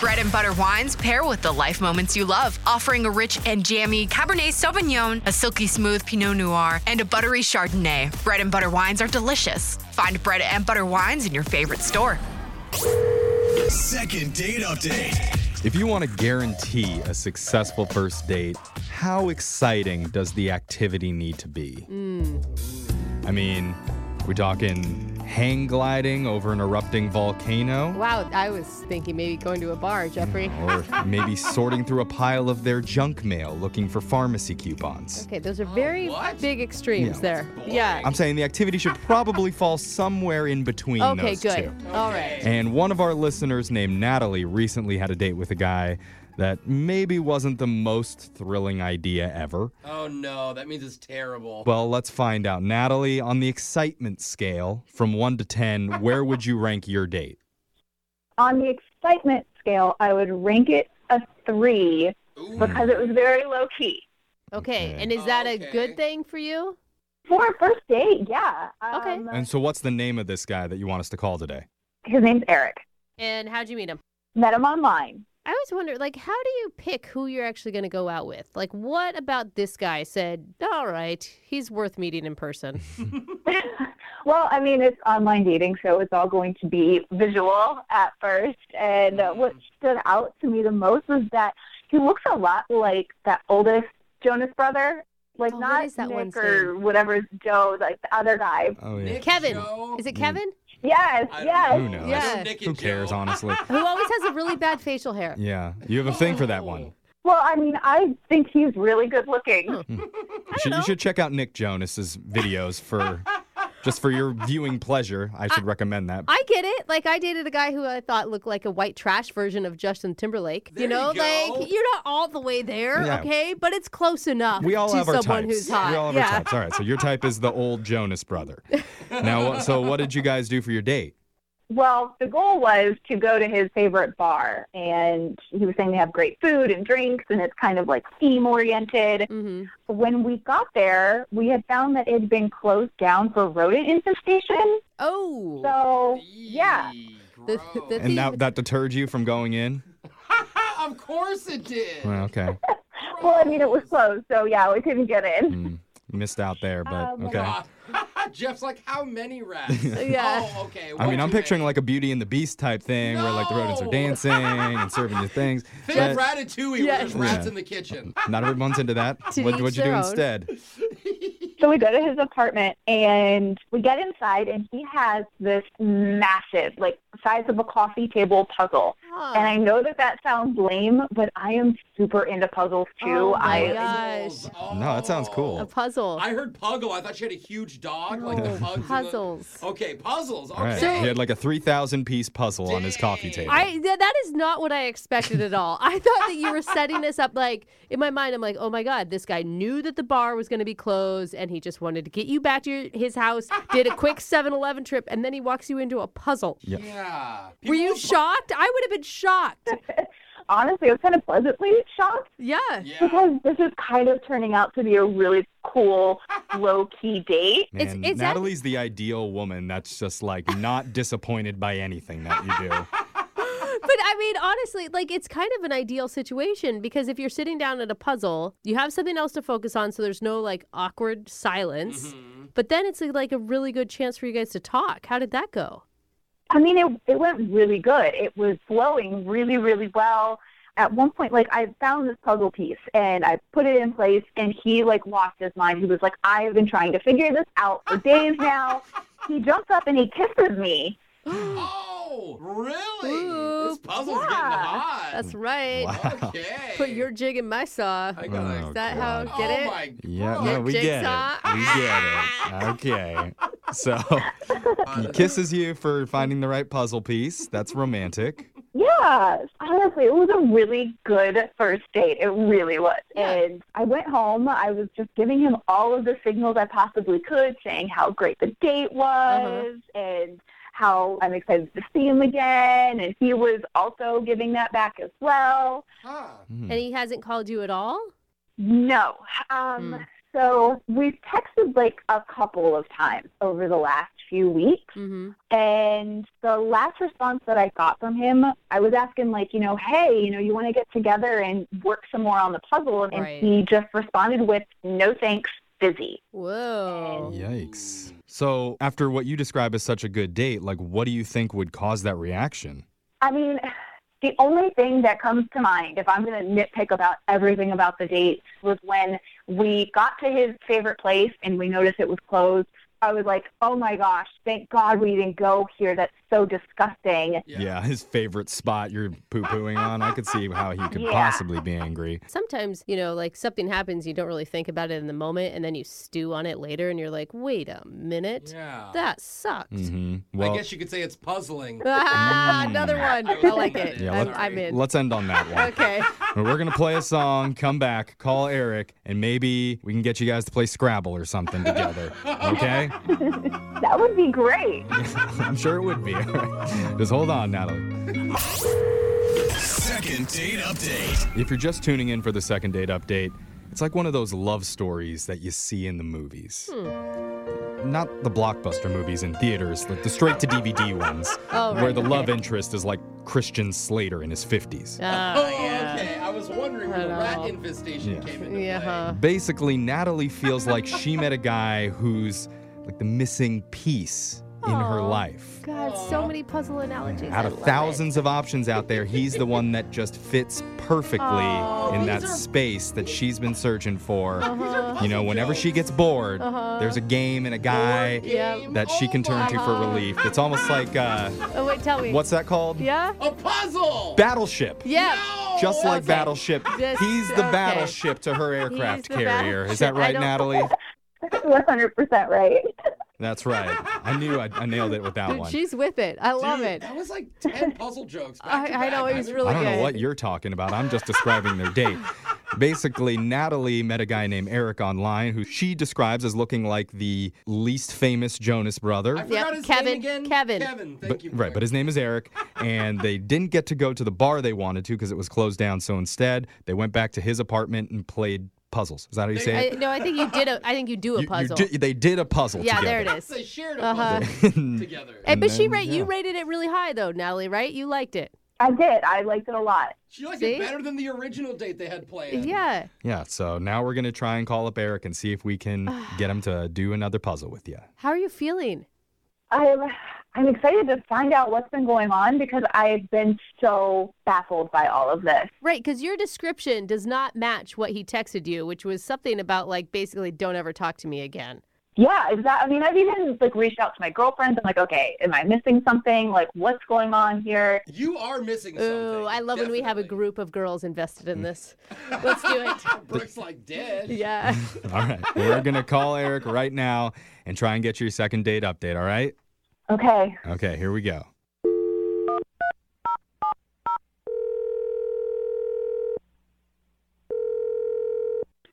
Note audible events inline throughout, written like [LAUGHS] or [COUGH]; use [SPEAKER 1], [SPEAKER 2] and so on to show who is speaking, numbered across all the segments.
[SPEAKER 1] Bread and butter wines pair with the life moments you love, offering a rich and jammy Cabernet Sauvignon, a silky smooth Pinot Noir, and a buttery Chardonnay. Bread and butter wines are delicious. Find bread and butter wines in your favorite store.
[SPEAKER 2] Second date update.
[SPEAKER 3] If you want to guarantee a successful first date, how exciting does the activity need to be?
[SPEAKER 4] Hmm.
[SPEAKER 3] I mean, we're talking hang gliding over an erupting volcano,
[SPEAKER 4] Wow, I was thinking maybe going to a bar, Jeffrey.
[SPEAKER 3] or maybe sorting through a pile of their junk mail looking for pharmacy coupons.
[SPEAKER 4] Okay, those are very big extremes there. Yeah.
[SPEAKER 3] I'm saying the activity should probably fall somewhere in between
[SPEAKER 4] Okay,
[SPEAKER 3] those
[SPEAKER 4] good.
[SPEAKER 3] two.
[SPEAKER 4] All right.
[SPEAKER 3] And one of our listeners named Natalie recently had a date with a guy that maybe wasn't the most thrilling idea ever.
[SPEAKER 5] Oh no, that means it's terrible.
[SPEAKER 3] Well, let's find out. Natalie, on the excitement scale from 1 to 10, where would you rank your date?
[SPEAKER 6] on the excitement scale, I would rank it a three
[SPEAKER 5] Ooh.
[SPEAKER 6] because it was very low key.
[SPEAKER 4] Okay,
[SPEAKER 3] Okay.
[SPEAKER 4] and is that a
[SPEAKER 5] Okay.
[SPEAKER 4] good thing for you?
[SPEAKER 6] For a first date, yeah.
[SPEAKER 4] Okay.
[SPEAKER 6] Um,
[SPEAKER 3] And so, what's the name of this guy that you want us to call today?
[SPEAKER 6] his name's Eric.
[SPEAKER 4] And how'd you meet him?
[SPEAKER 6] Met him online. [LAUGHS]
[SPEAKER 4] I always wonder, like, how do you pick who you're actually going to go out with? Like, what about this guy said, all right, he's worth meeting in person?
[SPEAKER 6] well, I mean, it's online dating, so it's all going to be visual at first. And
[SPEAKER 5] Mm-hmm.
[SPEAKER 6] uh, what stood out to me the most was that he looks a lot like that oldest Jonas brother. Like,
[SPEAKER 4] Oh, what
[SPEAKER 6] not
[SPEAKER 4] is that
[SPEAKER 6] Nick
[SPEAKER 4] one's
[SPEAKER 6] or whatever's Joe, like the other guy.
[SPEAKER 3] Oh,
[SPEAKER 5] Nick,
[SPEAKER 4] Kevin.
[SPEAKER 5] Joe.
[SPEAKER 3] Mm.
[SPEAKER 4] Is it [LAUGHS] Kevin?
[SPEAKER 6] Yes,
[SPEAKER 5] I don't
[SPEAKER 6] yes.
[SPEAKER 3] Who knows?
[SPEAKER 5] know.
[SPEAKER 4] Yeah.
[SPEAKER 5] I know Nick
[SPEAKER 3] Who
[SPEAKER 5] and
[SPEAKER 3] cares,
[SPEAKER 5] Joe.
[SPEAKER 4] [LAUGHS]
[SPEAKER 3] honestly?
[SPEAKER 4] Who always has a really bad facial hair?
[SPEAKER 3] [LAUGHS] Yeah, you have a thing for that
[SPEAKER 4] Oh.
[SPEAKER 3] one.
[SPEAKER 6] Well, I mean, I think he's really good looking.
[SPEAKER 3] You should, you should check out Nick Jonas's videos
[SPEAKER 4] [LAUGHS]
[SPEAKER 3] for just for your viewing pleasure. I should recommend that.
[SPEAKER 4] I get it. Like, I dated a guy who I thought looked like a white trash version of Justin Timberlake.
[SPEAKER 5] There you
[SPEAKER 4] you know,
[SPEAKER 5] go.
[SPEAKER 4] like, you're not all the way there,
[SPEAKER 3] Yeah.
[SPEAKER 4] okay? But it's close enough
[SPEAKER 3] We all
[SPEAKER 4] to
[SPEAKER 3] have our
[SPEAKER 4] someone
[SPEAKER 3] types.
[SPEAKER 4] who's hot.
[SPEAKER 3] We all have
[SPEAKER 4] yeah.
[SPEAKER 3] our types. All right, so your type is the old Jonas
[SPEAKER 4] [LAUGHS]
[SPEAKER 3] brother. Now, what- so what did you guys do for your date?
[SPEAKER 6] Well, the goal was to go to his favorite bar, and he was saying they have great food and drinks, and it's kind of like theme oriented.
[SPEAKER 4] Mm-hmm.
[SPEAKER 6] When we got there, we had found that it had been closed down for rodent infestation.
[SPEAKER 4] Oh.
[SPEAKER 6] So, yeah.
[SPEAKER 5] Eee,
[SPEAKER 4] The-
[SPEAKER 5] gross.
[SPEAKER 4] the-
[SPEAKER 3] And that, that deterred you from going in?
[SPEAKER 5] of course it did.
[SPEAKER 3] Well, okay.
[SPEAKER 6] Well, I mean, it was closed, so yeah, we couldn't get in.
[SPEAKER 3] Mm, missed out there, but
[SPEAKER 6] Oh,
[SPEAKER 4] Um,
[SPEAKER 6] my
[SPEAKER 3] okay.
[SPEAKER 5] God. Jeff's like, how
[SPEAKER 3] [LAUGHS]
[SPEAKER 5] many rats?
[SPEAKER 4] Yeah.
[SPEAKER 5] Oh, okay.
[SPEAKER 3] I mean,
[SPEAKER 5] one
[SPEAKER 3] I'm
[SPEAKER 5] too
[SPEAKER 3] picturing
[SPEAKER 5] many.
[SPEAKER 3] like a Beauty and the Beast type thing where like the rodents are
[SPEAKER 5] No.
[SPEAKER 3] dancing and serving
[SPEAKER 4] [LAUGHS]
[SPEAKER 3] you things.
[SPEAKER 5] Think of
[SPEAKER 3] but
[SPEAKER 5] Ratatouille where
[SPEAKER 4] Yeah.
[SPEAKER 5] there's rats
[SPEAKER 3] Yeah.
[SPEAKER 5] in
[SPEAKER 3] [LAUGHS]
[SPEAKER 5] the kitchen.
[SPEAKER 3] not everyone's into that.
[SPEAKER 4] To
[SPEAKER 3] What,
[SPEAKER 4] each
[SPEAKER 3] what'd you do
[SPEAKER 4] their own.
[SPEAKER 3] instead?
[SPEAKER 6] So we go to his apartment, and we get inside, and he has this massive, like, size of a coffee table puzzle.
[SPEAKER 4] Ah.
[SPEAKER 6] And I know that that sounds lame, but I am super into puzzles too.
[SPEAKER 4] Oh my
[SPEAKER 6] I
[SPEAKER 4] God.
[SPEAKER 5] Puzzles. Oh.
[SPEAKER 3] No, that sounds cool.
[SPEAKER 4] a puzzle.
[SPEAKER 5] I heard Puggle. I thought she had a huge dog, like the
[SPEAKER 4] No,
[SPEAKER 5] pugs. in the-
[SPEAKER 4] puzzles.
[SPEAKER 5] Okay, puzzles. Okay.
[SPEAKER 3] All right. he had like a 3,000 piece puzzle on his coffee table.
[SPEAKER 4] I th- that is not what I expected at all. I thought that you were setting this up like in my mind. I'm like, oh my god, this guy knew that the bar was going to be closed, and he just wanted to get you back to your, his house. Did a [LAUGHS] quick 7-Eleven trip, and then he walks you into a puzzle.
[SPEAKER 5] yeah.
[SPEAKER 4] Were you
[SPEAKER 5] People-
[SPEAKER 4] shocked? I would have been shocked.
[SPEAKER 6] honestly, I was kind of pleasantly shocked
[SPEAKER 4] Yeah.
[SPEAKER 5] Yeah.
[SPEAKER 6] because this is kind of turning out to be a really cool, low key date.
[SPEAKER 3] Man,
[SPEAKER 4] It's- it's act-
[SPEAKER 3] Natalie's the ideal woman that's just like
[SPEAKER 4] [LAUGHS]
[SPEAKER 3] not disappointed by anything that you
[SPEAKER 4] Oh
[SPEAKER 3] do.
[SPEAKER 4] But I mean, honestly, like it's kind of an ideal situation because if you're sitting down at a puzzle, you have something else to focus on, so there's no like awkward silence.
[SPEAKER 5] Mhm.
[SPEAKER 4] But then it's like a really good chance for you guys to talk. How did that go?
[SPEAKER 6] I mean, it, it went really good. It was flowing really, really well. At one point, like I found this puzzle piece and I put it in place, and he like lost his mind. He was like, "I have been trying to figure this out for days now." He jumped up and he kisses me.
[SPEAKER 5] Oh, really?
[SPEAKER 4] Ooh,
[SPEAKER 5] this puzzle's
[SPEAKER 6] yeah.
[SPEAKER 5] getting hot.
[SPEAKER 4] That's right.
[SPEAKER 3] Wow.
[SPEAKER 5] okay.
[SPEAKER 4] [LAUGHS] Put your jig in my saw.
[SPEAKER 5] I
[SPEAKER 4] Is
[SPEAKER 5] got
[SPEAKER 3] Oh,
[SPEAKER 4] that
[SPEAKER 3] God.
[SPEAKER 4] how? Get
[SPEAKER 5] oh
[SPEAKER 4] it?
[SPEAKER 5] My
[SPEAKER 3] Yeah,
[SPEAKER 5] God.
[SPEAKER 3] no, we get
[SPEAKER 4] jigsaw.
[SPEAKER 3] it. We get it. Okay.
[SPEAKER 4] [LAUGHS]
[SPEAKER 3] So he kisses you for finding the right puzzle piece. That's romantic.
[SPEAKER 6] Yeah, honestly, it was a really good first date. It really was.
[SPEAKER 4] Yeah.
[SPEAKER 6] And I went home. I was just giving him all of the signals I possibly could, saying how great the date
[SPEAKER 4] Mm-hmm.
[SPEAKER 6] was and how I'm excited to see him again. And he was also giving that back as well.
[SPEAKER 5] Huh.
[SPEAKER 3] Hmm.
[SPEAKER 4] And he hasn't called you at all?
[SPEAKER 6] No. Um,
[SPEAKER 4] Hmm.
[SPEAKER 6] So we've texted like a couple of times over the last few weeks.
[SPEAKER 4] hmm
[SPEAKER 6] And the last response that I got from him, I was asking, like, you know, hey, you know, you want to get together and work some more on the puzzle? And
[SPEAKER 4] Right.
[SPEAKER 6] he just responded with, no thanks, busy.
[SPEAKER 4] Whoa.
[SPEAKER 3] Yikes. So, after what you describe as such a good date, like what do you think would cause that reaction?
[SPEAKER 6] I mean, the only thing that comes to mind, if I'm going to nitpick about everything about the date, was when we got to his favorite place and we noticed it was closed. I was like, oh my gosh, thank God we didn't go here. That's so disgusting.
[SPEAKER 3] Yeah, [LAUGHS] his favorite spot you're poo pooing on. I could see how he could
[SPEAKER 6] Yeah.
[SPEAKER 3] possibly be angry.
[SPEAKER 4] Sometimes, you know, like something happens, you don't really think about it in the moment, and then you stew on it later, and you're like, wait a minute.
[SPEAKER 5] Yeah.
[SPEAKER 4] That sucked.
[SPEAKER 3] hmm Well,
[SPEAKER 5] I guess you could say it's puzzling.
[SPEAKER 4] [LAUGHS] Ah,
[SPEAKER 3] Mm.
[SPEAKER 4] another one.
[SPEAKER 5] I
[SPEAKER 4] I like
[SPEAKER 5] love
[SPEAKER 4] it.
[SPEAKER 5] that.
[SPEAKER 3] Yeah,
[SPEAKER 4] I'm,
[SPEAKER 5] let-
[SPEAKER 4] I'm in.
[SPEAKER 3] let's end on that one. [LAUGHS]
[SPEAKER 4] Okay.
[SPEAKER 3] We're going to play a song, come back, call Eric, and maybe we can get you guys to play Scrabble or something together. Okay?
[SPEAKER 6] That would be great. [LAUGHS]
[SPEAKER 3] I'm sure it would be. [LAUGHS] Just hold on, Natalie.
[SPEAKER 2] Second date update.
[SPEAKER 3] If you're just tuning in for the second date update, it's like one of those love stories that you see in the movies.
[SPEAKER 4] Hmm.
[SPEAKER 3] Not the blockbuster movies in theaters, like the straight to DVD ones,
[SPEAKER 4] [LAUGHS] Oh,
[SPEAKER 3] where
[SPEAKER 4] right,
[SPEAKER 3] the
[SPEAKER 4] okay.
[SPEAKER 3] love interest is like Christian Slater in his 50s.
[SPEAKER 5] Oh,
[SPEAKER 4] Ah, yeah.
[SPEAKER 5] okay. I was wondering where the
[SPEAKER 4] Hello.
[SPEAKER 5] rat infestation
[SPEAKER 3] Yeah.
[SPEAKER 5] came into play.
[SPEAKER 4] [LAUGHS] Yeah, huh.
[SPEAKER 3] Basically, Natalie feels like
[SPEAKER 4] [LAUGHS]
[SPEAKER 3] she met a guy who's like the missing piece in her
[SPEAKER 4] Aw.
[SPEAKER 3] life.
[SPEAKER 4] God, so many puzzle analogies.
[SPEAKER 3] Out
[SPEAKER 4] I
[SPEAKER 3] of
[SPEAKER 4] love it.
[SPEAKER 3] thousands of options out there, he's the one that just fits perfectly
[SPEAKER 4] Oh,
[SPEAKER 3] in
[SPEAKER 5] these
[SPEAKER 3] that
[SPEAKER 5] are-
[SPEAKER 3] space that she's been searching for.
[SPEAKER 4] Uh-huh.
[SPEAKER 3] You know, whenever she gets bored,
[SPEAKER 4] Uh-huh.
[SPEAKER 3] there's a game and a guy
[SPEAKER 4] Yeah.
[SPEAKER 5] Game
[SPEAKER 3] that she can turn to for
[SPEAKER 4] Uh-huh.
[SPEAKER 3] relief. It's almost like, uh,
[SPEAKER 4] Oh, wait, tell me.
[SPEAKER 3] what's that called?
[SPEAKER 4] Yeah?
[SPEAKER 5] A puzzle.
[SPEAKER 3] Battleship.
[SPEAKER 4] Yeah.
[SPEAKER 5] No!
[SPEAKER 3] Just like
[SPEAKER 4] okay.
[SPEAKER 3] Battleship.
[SPEAKER 4] Just-
[SPEAKER 3] He's the
[SPEAKER 4] okay.
[SPEAKER 3] battleship to her aircraft
[SPEAKER 4] the
[SPEAKER 3] carrier. Is that
[SPEAKER 4] battleship. I
[SPEAKER 3] right,
[SPEAKER 4] don't-
[SPEAKER 3] Natalie?
[SPEAKER 4] [LAUGHS]
[SPEAKER 6] 100% right. [LAUGHS]
[SPEAKER 3] That's right. I knew I, I nailed it with that
[SPEAKER 4] Dude,
[SPEAKER 3] one.
[SPEAKER 4] she's with it. I love
[SPEAKER 5] Dude,
[SPEAKER 4] it.
[SPEAKER 5] That was like
[SPEAKER 4] [LAUGHS]
[SPEAKER 5] 10 puzzle jokes.
[SPEAKER 4] I- I know, it was really
[SPEAKER 3] I don't know
[SPEAKER 4] good.
[SPEAKER 3] what you're talking about. I'm just describing their
[SPEAKER 4] [LAUGHS]
[SPEAKER 3] date. Basically, Natalie met a guy named Eric online who she describes as looking like the least famous Jonas brother.
[SPEAKER 5] I forgot
[SPEAKER 4] Yep,
[SPEAKER 5] his
[SPEAKER 4] Kevin,
[SPEAKER 5] name again.
[SPEAKER 4] Kevin.
[SPEAKER 5] Kevin, thank
[SPEAKER 3] But,
[SPEAKER 5] you.
[SPEAKER 3] right, but his name is Eric, and they didn't get to go to the bar they wanted to because it was closed down. So instead, they went back to his apartment and played puzzles. Is that how you say
[SPEAKER 4] I,
[SPEAKER 3] it?
[SPEAKER 4] no, I think you did a. I think you do a
[SPEAKER 3] You- you
[SPEAKER 4] puzzle.
[SPEAKER 3] di- they did a puzzle
[SPEAKER 4] yeah,
[SPEAKER 3] together.
[SPEAKER 4] there it is.
[SPEAKER 5] They shared a
[SPEAKER 4] Uh-huh.
[SPEAKER 3] [LAUGHS]
[SPEAKER 5] puzzle together.
[SPEAKER 4] And, but she
[SPEAKER 3] then,
[SPEAKER 4] ra- you
[SPEAKER 3] yeah.
[SPEAKER 4] rated it really high though, Natalie. Right? You liked it.
[SPEAKER 6] I did. I liked it a lot.
[SPEAKER 5] She liked
[SPEAKER 4] See?
[SPEAKER 5] it better than the original date they had planned.
[SPEAKER 4] Yeah.
[SPEAKER 3] Yeah, so now we're going to try and call up Eric and see if we
[SPEAKER 4] [SIGHS]
[SPEAKER 3] can get him to do another puzzle with you.
[SPEAKER 4] How are you feeling?
[SPEAKER 6] I'm, I'm excited to find out what's been going on because I've been so baffled by all of this.
[SPEAKER 4] Right, because your description does not match what he texted you, which was something about like basically don't ever talk to me again.
[SPEAKER 6] Yeah, exactly. I mean, I've even like reached out to my girlfriends. I'm like, okay, am I missing something? Like, what's going on here?
[SPEAKER 5] You are missing something.
[SPEAKER 4] Ooh, I love when we have a
[SPEAKER 5] definitely. Ah,
[SPEAKER 4] group of girls invested in this. Let's
[SPEAKER 5] [LAUGHS]
[SPEAKER 4] do it.
[SPEAKER 5] Brooke's like dead.
[SPEAKER 4] Yeah.
[SPEAKER 3] All right, we're going to call Eric right now and try and get your second date update, all right?
[SPEAKER 6] Okay,
[SPEAKER 3] Okay, here we go.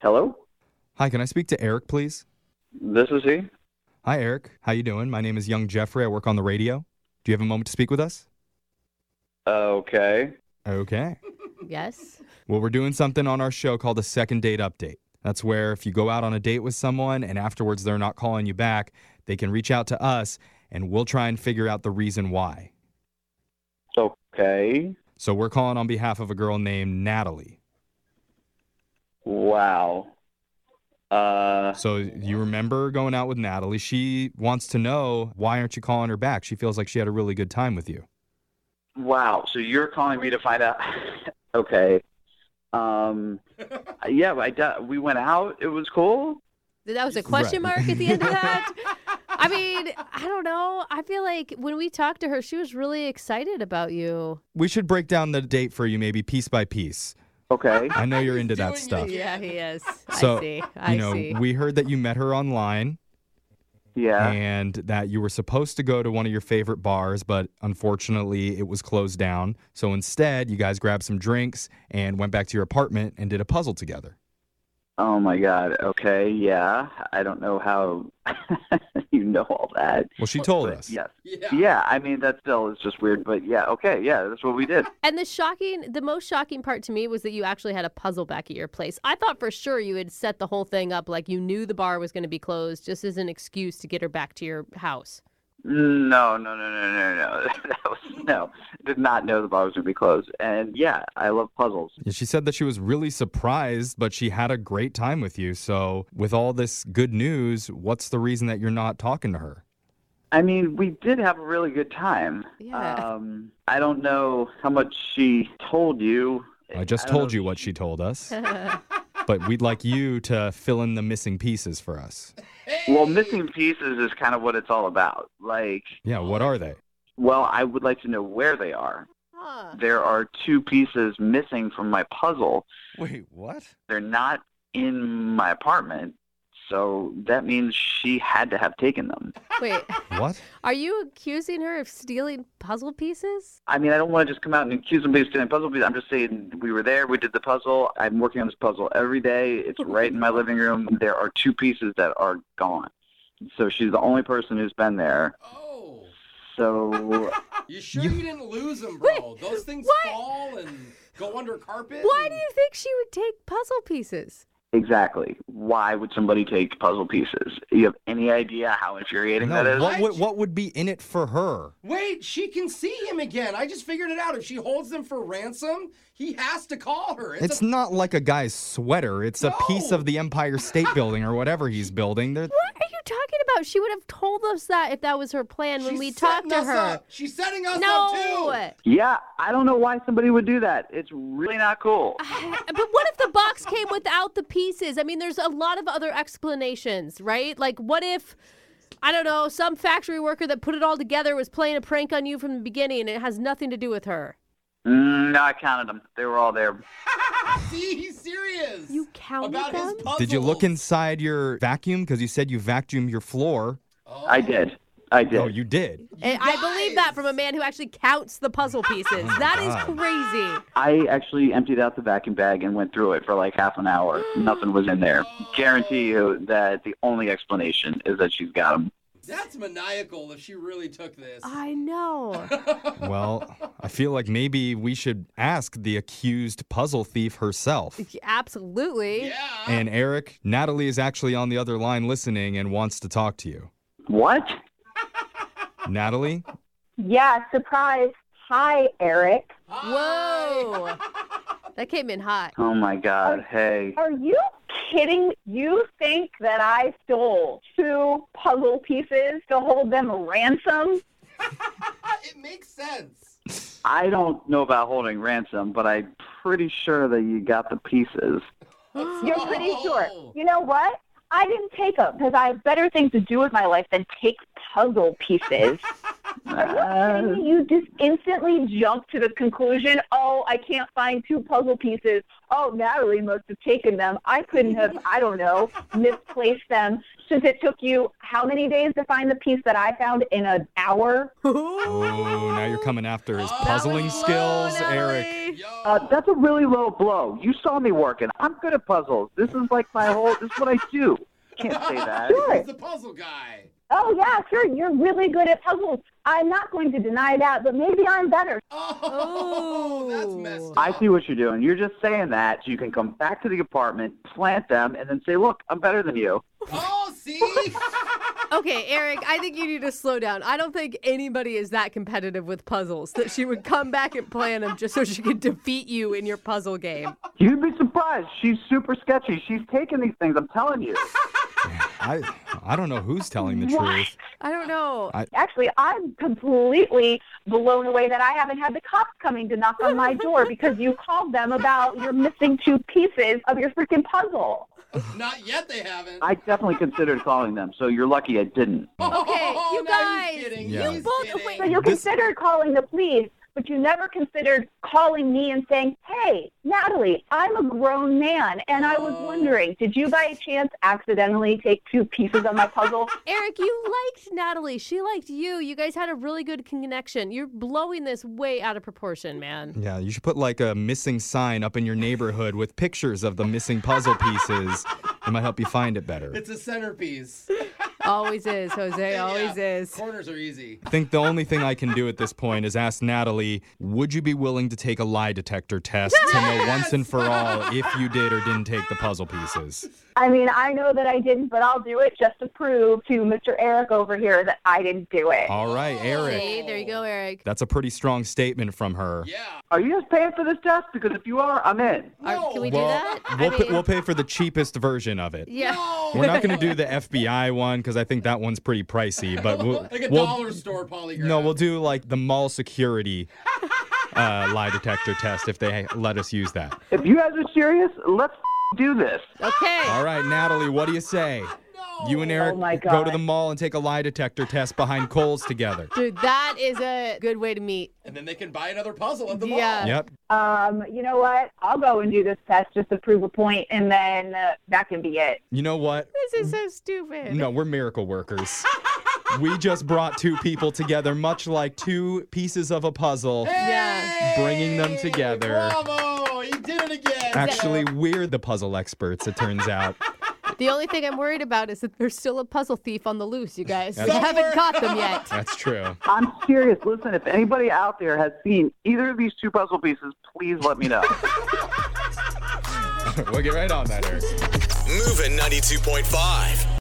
[SPEAKER 7] Hello,
[SPEAKER 3] Hi, can I speak to Eric, please?
[SPEAKER 7] this is he.
[SPEAKER 3] Hi, Eric. How you doing? My name is Young Jeffrey. I work on the radio. Do you have a moment to speak with us?
[SPEAKER 7] Okay.
[SPEAKER 3] Okay.
[SPEAKER 4] yes.
[SPEAKER 3] Well, we're doing something on our show called a second date update. That's where if you go out on a date with someone and afterwards they're not calling you back, they can reach out to us and we'll try and figure out the reason why.
[SPEAKER 7] Okay.
[SPEAKER 3] So we're calling on behalf of a girl named Natalie.
[SPEAKER 7] Wow. Uh,
[SPEAKER 3] So you remember going out with Natalie. She wants to know why aren't you calling her back? She feels like she had a really good time with you.
[SPEAKER 7] wow. So you're calling me to find out? [LAUGHS] okay. Um, yeah, I do- we went out. It was cool.
[SPEAKER 4] That was a question
[SPEAKER 3] Right.
[SPEAKER 4] mark at the end of that. I mean, I don't know. I feel like when we talked to her, she was really excited about you.
[SPEAKER 3] We should break down the date for you maybe piece by piece.
[SPEAKER 7] Okay.
[SPEAKER 3] I know you're into
[SPEAKER 5] doing
[SPEAKER 3] that
[SPEAKER 5] it
[SPEAKER 3] stuff.
[SPEAKER 5] again. Yeah,
[SPEAKER 4] he is.
[SPEAKER 3] So,
[SPEAKER 4] I see. I
[SPEAKER 3] you know,
[SPEAKER 4] see.
[SPEAKER 3] we heard that you met her online.
[SPEAKER 7] Yeah.
[SPEAKER 3] and that you were supposed to go to one of your favorite bars, but unfortunately it was closed down. So instead, you guys grabbed some drinks and went back to your apartment and did a puzzle together.
[SPEAKER 7] Oh my God. Okay. Yeah. I don't know how [LAUGHS] you know all that.
[SPEAKER 3] Well, she told
[SPEAKER 7] But
[SPEAKER 3] us.
[SPEAKER 7] yes.
[SPEAKER 5] Yeah.
[SPEAKER 7] Yeah. I mean, that still is just weird. But yeah. Okay. Yeah. That's what we did.
[SPEAKER 4] And the shocking, the most shocking part to me was that you actually had a puzzle back at your place. I thought for sure you had set the whole thing up like you knew the bar was going to be closed just as an excuse to get her back to your house.
[SPEAKER 7] No, no, no, no, no, no. [LAUGHS] That was, no, did not know the bar was going to be closed. And yeah, I love puzzles.
[SPEAKER 3] Yeah, She said that she was really surprised, but she had a great time with you. So, with all this good news, what's the reason that you're not talking to her?
[SPEAKER 7] I mean, we did have a really good time.
[SPEAKER 4] Yeah.
[SPEAKER 7] Um, I don't know how much she told you.
[SPEAKER 3] I just
[SPEAKER 7] Eh, don't
[SPEAKER 3] told
[SPEAKER 7] know.
[SPEAKER 3] you what she told us, but we'd like you to fill in the missing pieces for us.
[SPEAKER 7] Well, missing pieces is kind of what it's all about. Like,
[SPEAKER 3] Yeah, what are they?
[SPEAKER 7] well, I would like to know where they are. [LAUGHS]
[SPEAKER 4] Huh.
[SPEAKER 7] There are two pieces missing from my puzzle.
[SPEAKER 3] Wait, what?
[SPEAKER 7] They're not in my apartment. So that means she had to have taken them.
[SPEAKER 4] Wait,
[SPEAKER 3] What?
[SPEAKER 4] are you accusing her of stealing puzzle pieces?
[SPEAKER 7] I mean, I don't want to just come out and accuse somebody of stealing puzzle pieces. I'm just saying we were there, we did the puzzle. I'm working on this puzzle every day. It's right in my living room. There are two pieces that are gone. So she's the only person who's been there.
[SPEAKER 5] Oh.
[SPEAKER 3] [LAUGHS]
[SPEAKER 7] So
[SPEAKER 5] You sure you, didn't lose them, bro? Those things fall and go under carpet.
[SPEAKER 4] Why
[SPEAKER 5] and-
[SPEAKER 4] do you think she would take puzzle pieces?
[SPEAKER 7] exactly, why would somebody take puzzle pieces? You have any idea how infuriating that
[SPEAKER 3] No,
[SPEAKER 7] is?
[SPEAKER 3] what, would, what would be in it for her?
[SPEAKER 5] Wait, she can see him again. I just figured it out. If she holds them for ransom, he has to call her. It's,
[SPEAKER 3] It's
[SPEAKER 5] a,
[SPEAKER 3] not like a guy's sweater. It's a piece
[SPEAKER 5] No.
[SPEAKER 3] of the Empire State Building or whatever he's building. They're,
[SPEAKER 4] What are you talking about? She would have told us that if that was her plan when
[SPEAKER 5] she's
[SPEAKER 4] we
[SPEAKER 5] setting
[SPEAKER 4] talked to
[SPEAKER 5] us
[SPEAKER 4] her.
[SPEAKER 5] Up. She's setting us up
[SPEAKER 4] No.
[SPEAKER 5] too.
[SPEAKER 7] Yeah, I don't know why somebody would do that. It's really not cool.
[SPEAKER 3] [LAUGHS]
[SPEAKER 4] But what if the box came without the pieces? I mean, there's a lot of other explanations, right? Like, what if, I don't know, some factory worker that put it all together was playing a prank on you from the beginning and it has nothing to do with her?
[SPEAKER 7] Mm, no, I counted them. They were all there.
[SPEAKER 5] See, he's serious.
[SPEAKER 4] You counted
[SPEAKER 5] about his
[SPEAKER 4] them?
[SPEAKER 5] puzzles.
[SPEAKER 3] did you look inside your vacuum? Because you said you vacuumed your floor.
[SPEAKER 5] Oh.
[SPEAKER 7] I did. I did.
[SPEAKER 3] Oh, you did.
[SPEAKER 4] And Eh, I believe that from a man who actually counts
[SPEAKER 3] [LAUGHS]
[SPEAKER 4] the puzzle pieces. That is
[SPEAKER 3] God.
[SPEAKER 4] crazy.
[SPEAKER 7] I actually emptied out the vacuum bag and went through it for like half an hour. Nothing was in there. Guarantee you that the only explanation is that she's got them.
[SPEAKER 5] That's maniacal. If she really took this.
[SPEAKER 4] I [LAUGHS] know.
[SPEAKER 3] Well, I feel like maybe we should ask the accused puzzle thief herself.
[SPEAKER 4] Absolutely.
[SPEAKER 5] yeah.
[SPEAKER 3] And Eric, Natalie is actually on the other line listening and wants to talk to you.
[SPEAKER 7] What?
[SPEAKER 3] Natalie,
[SPEAKER 6] Yeah, surprise. Hi, Eric.
[SPEAKER 4] Whoa.
[SPEAKER 3] [LAUGHS]
[SPEAKER 4] That came in hot.
[SPEAKER 7] Oh my God. Hey.
[SPEAKER 6] Are you kidding? You think that I stole two puzzle pieces to hold them ransom?
[SPEAKER 5] [LAUGHS] it makes
[SPEAKER 4] [GASPS]
[SPEAKER 5] sense. [LAUGHS]
[SPEAKER 7] I don't know about holding ransom, but I'm pretty sure that you got the pieces.
[SPEAKER 6] You're pretty
[SPEAKER 5] Oh.
[SPEAKER 6] sure. You know what? I didn't take them because I have better things to do with my life than take puzzle pieces.
[SPEAKER 7] Uh,
[SPEAKER 6] you just instantly jump to the conclusion, oh, I can't find two puzzle pieces. Oh, Natalie must have taken them. I couldn't have, I don't know, misplaced them since it took you how many days to find the piece that I found in an hour?
[SPEAKER 3] oh, now you're coming after his
[SPEAKER 5] Oh, that
[SPEAKER 3] puzzling
[SPEAKER 5] was low,
[SPEAKER 3] skills, Eric.
[SPEAKER 4] Natalie.
[SPEAKER 5] Yo.
[SPEAKER 7] uh, that's a really low blow. You saw me working. I'm good at puzzles. This is like my whole, this is what I do. Can't
[SPEAKER 5] [LAUGHS]
[SPEAKER 7] say that.
[SPEAKER 6] Sure.
[SPEAKER 5] he's the puzzle guy.
[SPEAKER 6] Oh, yeah, sure. You're really good at puzzles. I'm not going to deny that, but maybe I'm better.
[SPEAKER 5] Oh,
[SPEAKER 4] Oh.
[SPEAKER 5] that's messed up.
[SPEAKER 7] I see what you're doing. You're just saying that so you can come back to the apartment, plant them, and then say, "Look, I'm better than you."
[SPEAKER 5] Oh, see?
[SPEAKER 4] [LAUGHS] Okay, Eric, I think you need to slow down. I don't think anybody is that competitive with puzzles that she would come back and plan them just so she could defeat you in your puzzle game.
[SPEAKER 7] You'd be surprised. She's super sketchy. She's taking these things. I'm telling you.
[SPEAKER 3] I, I don't know who's telling the truth.
[SPEAKER 4] I don't know.
[SPEAKER 6] Actually, I'm completely blown away that I haven't had the cops coming to knock on my door because you called them about your missing two pieces of your freaking puzzle.
[SPEAKER 5] Not yet, they haven't.
[SPEAKER 7] I definitely considered calling them. So you're lucky I didn't.
[SPEAKER 4] Okay,
[SPEAKER 5] Oh,
[SPEAKER 4] you
[SPEAKER 5] now he's
[SPEAKER 4] guys,
[SPEAKER 5] kidding.
[SPEAKER 3] you
[SPEAKER 5] He's
[SPEAKER 4] both-
[SPEAKER 5] kidding.
[SPEAKER 6] So you
[SPEAKER 3] This-
[SPEAKER 6] considered calling the police, but you never considered calling me and saying, Hey, Natalie, I'm a grown man, and I was wondering, did you by chance accidentally take two pieces of my puzzle?
[SPEAKER 4] Eric, you liked Natalie. She liked you. You guys had a really good connection. You're blowing this way out of proportion, man.
[SPEAKER 3] Yeah, you should put like a missing sign up in your neighborhood with pictures of the missing puzzle pieces. It might help you find it better.
[SPEAKER 5] It's a centerpiece.
[SPEAKER 4] Always is. Jose always is.
[SPEAKER 5] Corners are easy.
[SPEAKER 3] I think the only thing I can do at this point is ask Natalie, would you be willing to take a lie detector test to
[SPEAKER 4] [LAUGHS]
[SPEAKER 3] know once and for all if you did or didn't take the puzzle pieces?
[SPEAKER 6] I mean, I know that I didn't, but I'll do it just to prove to Mr. Eric over here that I didn't do it.
[SPEAKER 3] All right, Eric.
[SPEAKER 4] See, there you go, Eric.
[SPEAKER 3] That's a pretty strong statement from her.
[SPEAKER 5] Yeah.
[SPEAKER 7] Are you guys paying for this test? Because if you are, I'm in.
[SPEAKER 4] Are- can we do
[SPEAKER 3] Well,
[SPEAKER 4] that? I
[SPEAKER 3] We'll,
[SPEAKER 4] mean-
[SPEAKER 3] pa- we'll pay for the cheapest version of it.
[SPEAKER 4] Yeah.
[SPEAKER 3] We're not going to do the FBI one because I think that one's pretty pricey, but we'll,
[SPEAKER 5] [LAUGHS] Like a
[SPEAKER 3] we'll-
[SPEAKER 5] dollar store polygraph.
[SPEAKER 3] no, we'll do like the mall security uh, lie detector test if they let us use that.
[SPEAKER 7] If you guys are serious, let's do this.
[SPEAKER 4] Okay.
[SPEAKER 3] All right, Natalie, what do you say? You and Eric
[SPEAKER 6] Oh, my
[SPEAKER 3] go to
[SPEAKER 6] God.
[SPEAKER 3] the mall and take a lie detector test behind Coles
[SPEAKER 6] [LAUGHS]
[SPEAKER 3] together.
[SPEAKER 4] Dude, that is a good way to meet.
[SPEAKER 5] And then they can buy another puzzle at the
[SPEAKER 4] Yeah.
[SPEAKER 5] mall.
[SPEAKER 3] Yep.
[SPEAKER 6] Um, you know what? I'll go and do this test just to prove a point, and then uh, that can be it.
[SPEAKER 3] You know what?
[SPEAKER 4] This is so stupid.
[SPEAKER 3] No, we're miracle workers. we just brought two people together, much like two pieces of a puzzle.
[SPEAKER 4] Yeah.
[SPEAKER 3] Bringing them
[SPEAKER 5] Hey,
[SPEAKER 3] together.
[SPEAKER 5] Bravo! You did it again.
[SPEAKER 3] Actually, we're the puzzle experts, it turns out.
[SPEAKER 4] The only thing I'm worried about is that there's still a puzzle thief on the loose, you guys. We
[SPEAKER 3] That's-
[SPEAKER 4] haven't caught
[SPEAKER 3] [LAUGHS]
[SPEAKER 4] them yet.
[SPEAKER 3] That's true.
[SPEAKER 7] I'm serious. Listen, if anybody out there has seen either of these two puzzle pieces, please let me know.
[SPEAKER 3] we'll get right on that, Eric.
[SPEAKER 2] Moving 92.5.